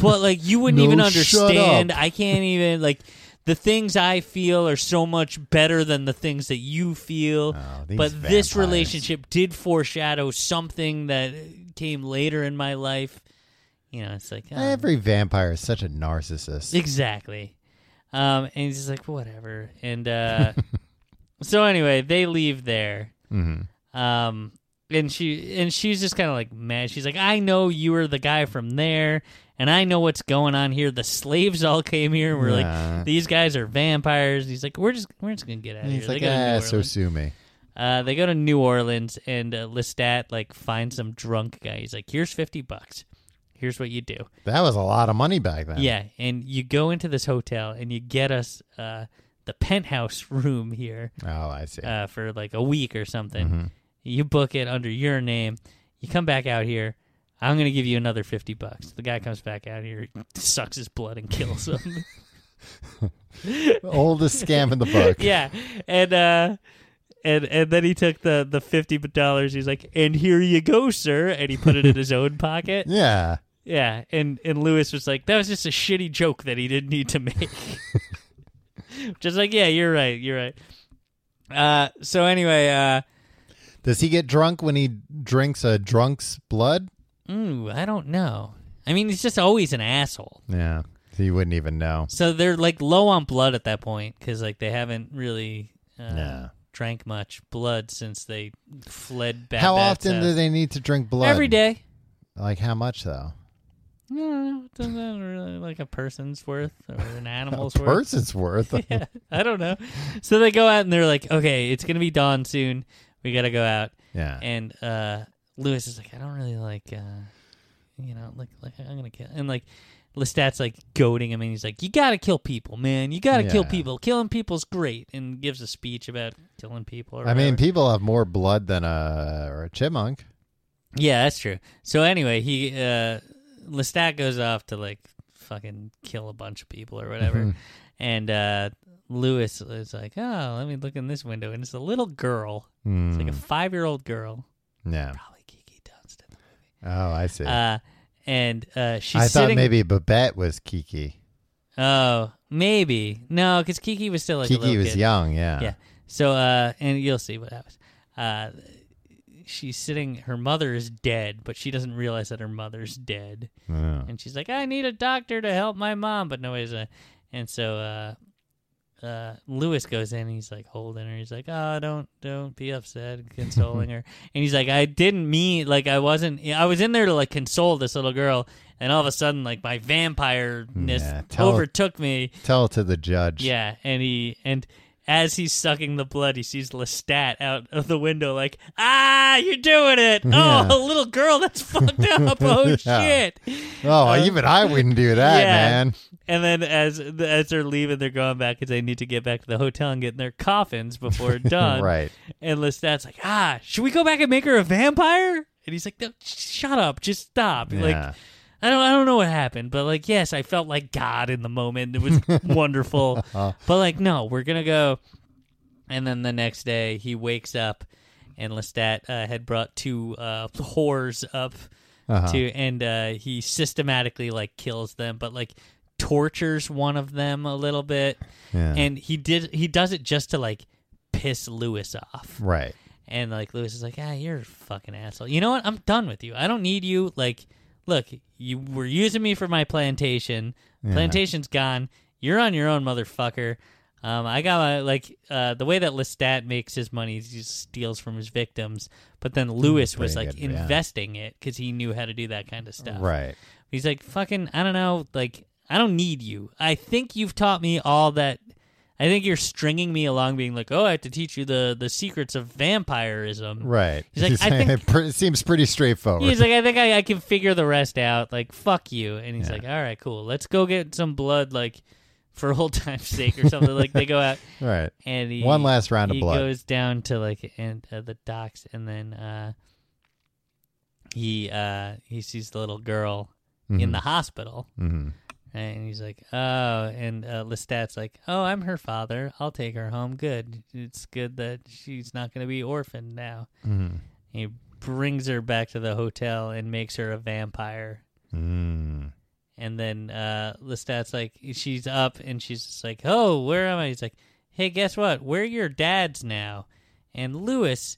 but like you wouldn't even No, shut understand. up. I can't even like." The things I feel are so much better than the things that you feel. Oh, these but this vampires. relationship did foreshadow something that came later in my life. You know, it's like oh, Every vampire is such a narcissist. Exactly. Um, and he's just like, whatever. And uh, so anyway, they leave there. Mhm. Um, and she and she's just kind of like mad. She's like, I know you were the guy from there, and I know what's going on here. The slaves all came here. and We're Nah. like, these guys are vampires. He's like, we're just we're just gonna get out of And here. he's They like, go to New ah, so Orleans. sue me. Uh, they go to New Orleans, and uh, Lestat like finds some drunk guy. He's like, here's fifty bucks. Here's what you do. That was a lot of money back then. Yeah, and you go into this hotel and you get us uh, the penthouse room here Oh, I see. uh, for like a week or something. You book it under your name. You come back out here. I'm gonna give you another fifty bucks. The guy comes back out here, sucks his blood and kills him. Oldest scam in the book. yeah, and uh, and and then he took the the fifty dollars. He's like, "And here you go, sir," and he put it in his own pocket. Yeah. Yeah, and and Lewis was like, that was just a shitty joke that he didn't need to make. just like, yeah, you're right, you're right. Uh, so anyway, uh, Does he get drunk when he drinks a drunk's blood? Ooh, I don't know. I mean, he's just always an asshole. Yeah, he wouldn't even know. So they're like low on blood at that point because like they haven't really uh, Yeah. drank much blood since they fled. Bad how Bat's often house. do they need to drink blood? uh, Every day. Like how much though? No, it doesn't matter, really like a person's worth or an animal's worth. Person's worth. yeah, I don't know. So they go out and they're like, okay, it's gonna be dawn soon. We gotta go out. yeah. And uh, Lewis is like, I don't really like, uh, you know, like, like I'm gonna kill. And like, Lestat's like goading him, and he's like, you gotta kill people, man. You gotta kill Yeah. people. Killing people's great. And gives a speech about killing people. Or I mean, whatever. people have more blood than a or a chipmunk. Yeah, that's true. So anyway, he uh Lestat goes off to like fucking kill a bunch of people or whatever. Mhm. And uh Lewis is like, Oh, let me look in this window and it's a little girl. It's like a five year old girl. Mm, Hmm. yeah. Probably Kiki Dunstan. Oh, I see. Uh and uh she's I thought sitting maybe Babette was Kiki. Oh, maybe. No, because Kiki was still like a Kiki little was kid. young. Yeah. Yeah. So, uh, and you'll see what happens. Uh, she's sitting, her mother is dead, but she doesn't realize that her mother's dead. Yeah. And she's like, I need a doctor to help my mom, but nobody's a. And so, uh, uh, Lewis goes in and he's like holding her. He's like, Oh, don't, don't be upset, and consoling her. And he's like, I didn't mean, like, I wasn't, I was in there to like console this little girl. And all of a sudden, like, my vampireness Yeah, tell- overtook me. Tell it to the judge. Yeah, and he and as he's sucking the blood, he sees Lestat out of the window, like, "Ah, you're doing it! Yeah. Oh, a little girl, that's fucked up! Oh Yeah. shit!" Oh, Uh, even I wouldn't do that, yeah. man. And then as as they're leaving, they're going back because they need to get back to the hotel and get in their coffins before dawn. Right. And Lestat's like, "Ah, should we go back and make her a vampire?" And he's like, "No, sh- shut up, just stop!" Like, yeah. I don't, I don't know what happened, but like, yes, I felt like God in the moment. It was wonderful. Uh-huh. But like, no, we're gonna go. And then the next day, he wakes up, and Lestat uh, had brought two uh, whores up Uh-huh. to, and uh, he systematically like kills them, but like tortures one of them a little bit, Yeah. and he did he does it just to like piss Lewis off. right. And like Lewis is like, ah, you're a fucking asshole. You know what? I'm done with you. I don't need you. Like, look, you were using me for my plantation. Plantation's gone. You're on your own, motherfucker. Um, I got my like uh, the way that Lestat makes his money, is he just steals from his victims. But then Lewis was Hmm, pretty like good, yeah. investing it because he knew how to do that kind of stuff. Right. He's like, fucking, I don't know, like, I don't need you. I think you've taught me all that. I think you're stringing me along, being like, oh, I have to teach you the the secrets of vampirism. Right. He's like, I saying think- it pre- seems pretty straightforward. He's like, I think I, I can figure the rest out. Like, fuck you. And he's Yeah. like, all right, cool. Let's go get some blood, like, for old time's sake or something. like, they go out right. and he One last round of he blood. goes down to like and uh, the docks, and then uh, he uh, he sees the little girl in Mm-hmm. the hospital. hmm And he's like, oh, and uh, Lestat's like, oh, I'm her father. I'll take her home. Good. It's good that she's not going to be orphaned now. Mhm. He brings her back to the hotel and makes her a vampire. Mm. And then uh, Lestat's like, she's up and she's just like, oh, where am I? He's like, hey, guess what? We're your dads now. And Lewis,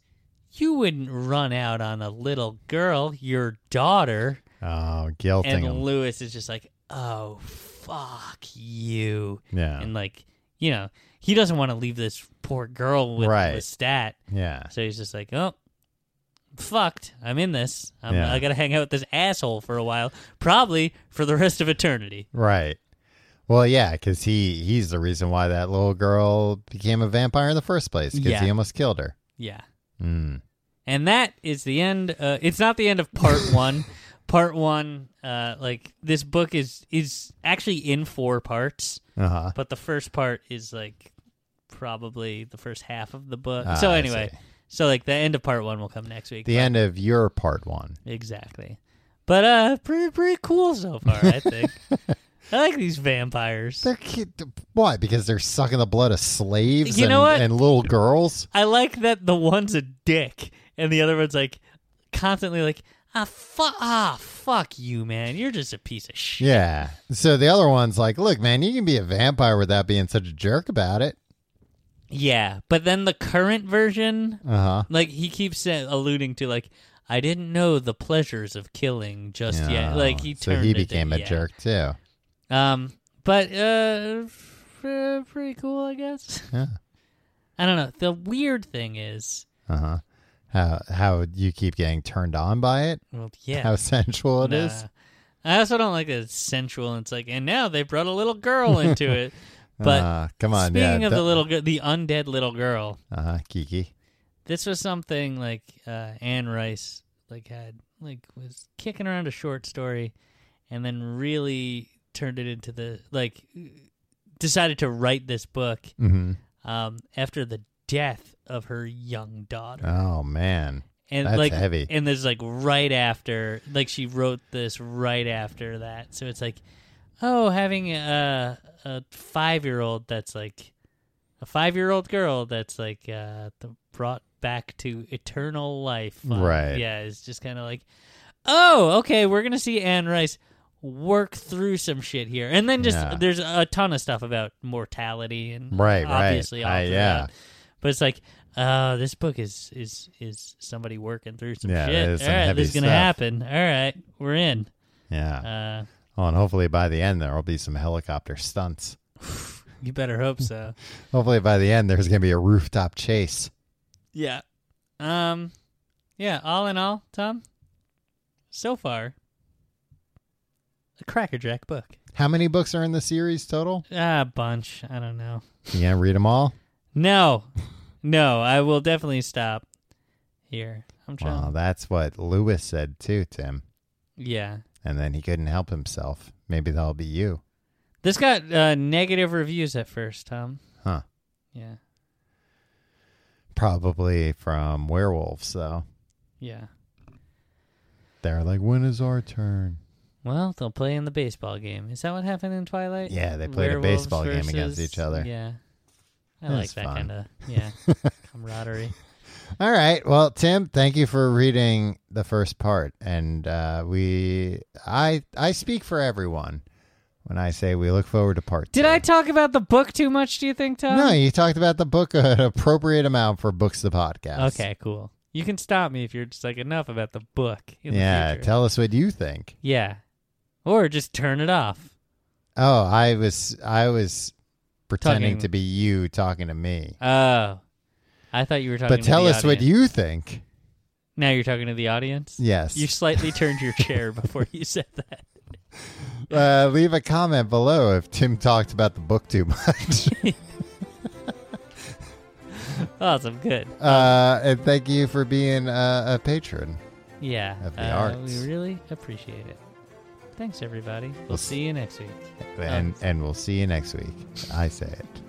you wouldn't run out on a little girl, your daughter. Oh, guilting And him. Lewis is just like, oh, fuck you. yeah. And like, you know, he doesn't want to leave this poor girl with Right. the stat. yeah. So he's just like, oh, fucked. I'm in this. I'm, Yeah. I got to hang out with this asshole for a while, probably for the rest of eternity. Right. Well, yeah, because he he's the reason why that little girl became a vampire in the first place. Because Yeah. he almost killed her. Yeah. Mm. And that is the end. Uh, it's not the end of part one. Part one, uh, like this book is is actually in four parts. Uh huh. but the first part is like probably the first half of the book. Ah, so I anyway, see. so like the end of part one will come next week. The end of your part one. exactly. But uh, pretty pretty cool so far. I think I like these vampires. They're ki- why? Because they're sucking the blood of slaves. You and, know what? and little girls. I like that the one's a dick and the other one's like constantly like ah fuck ah fuck you man you're just a piece of shit. Yeah. So the other one's like, look, man, you can be a vampire without being such a jerk about it. Yeah, but then the current version, Uh huh. like he keeps sa- alluding to, like I didn't know the pleasures of killing just yet. Like he so turned he it to- became a yeah. jerk too. Um, but uh, f- uh, pretty cool, I guess. Yeah. I don't know. The weird thing is, Uh huh. How how you keep getting turned on by it? well, yeah, How sensual it is. nah. I also don't like that it's sensual. And it's like, and now they brought a little girl into it. But Uh, come on, speaking yeah, of the little, gi- the undead little girl, uh geeky. this was something like uh, Anne Rice like had like was kicking around a short story, and then really turned it into the like decided to write this book hmm um, after the death of her young daughter. Oh man, and that's like heavy. and there's like right after like she wrote this right after that. So it's like oh, having a a 5-year-old that's like a 5-year-old girl that's like uh the, brought back to eternal life. on- Right. Yeah, it's just kind of like oh, okay, we're going to see Anne Rice work through some shit here. And then just Yeah. there's a ton of stuff about mortality and Right, right. obviously all Uh, throughout. yeah. But it's like, uh, this book is is is somebody working through some Yeah, shit. there's some All right, heavy this is gonna stuff. happen. All right, we're in. yeah. Uh, oh, and hopefully by the end there will be some helicopter stunts. you better hope so. Hopefully by the end there's gonna be a rooftop chase. yeah. Um. Yeah. All in all, Tom. So far, a crackerjack book. How many books are in the series total? Ah, bunch. I don't know. You gonna read them all? No, no. I will definitely stop here. I'm trying. Well, that's what Lewis said too, Tim. yeah. And then he couldn't help himself. Maybe that'll be you. This got uh, negative reviews at first, Tom. Huh. Yeah. Probably from werewolves, though. Yeah. They're like, when is our turn? Well, they'll play in the baseball game. Is that what happened in Twilight? Yeah, they played a Werewolves baseball game against versus- each other. Yeah. I That's like that fun. kind of yeah camaraderie. All right. Well, Tim, thank you for reading the first part, and uh, we, I, I speak for everyone when I say we look forward to part. Did two. I talk about the book too much? Do you think, Tom? No, you talked about the book uh, an appropriate amount for books the podcast. Okay, cool. You can stop me if you're just like enough about the book. In The Yeah, future. tell us what you think. yeah. Or just turn it off. Oh, I was, I was pretending Talking- to be you talking to me. Oh, I thought you were talking. But to tell the us what audience. you think. Now you're talking to the audience. Yes. You slightly turned your chair before you said that. uh, leave a comment below if Tim talked about the book too much. Awesome, good. uh, and thank you for being uh, a patron. Yeah. of the uh, arts. We really appreciate it. Thanks, everybody. We'll We'll see you next week. And, and we'll see you next week. I say it.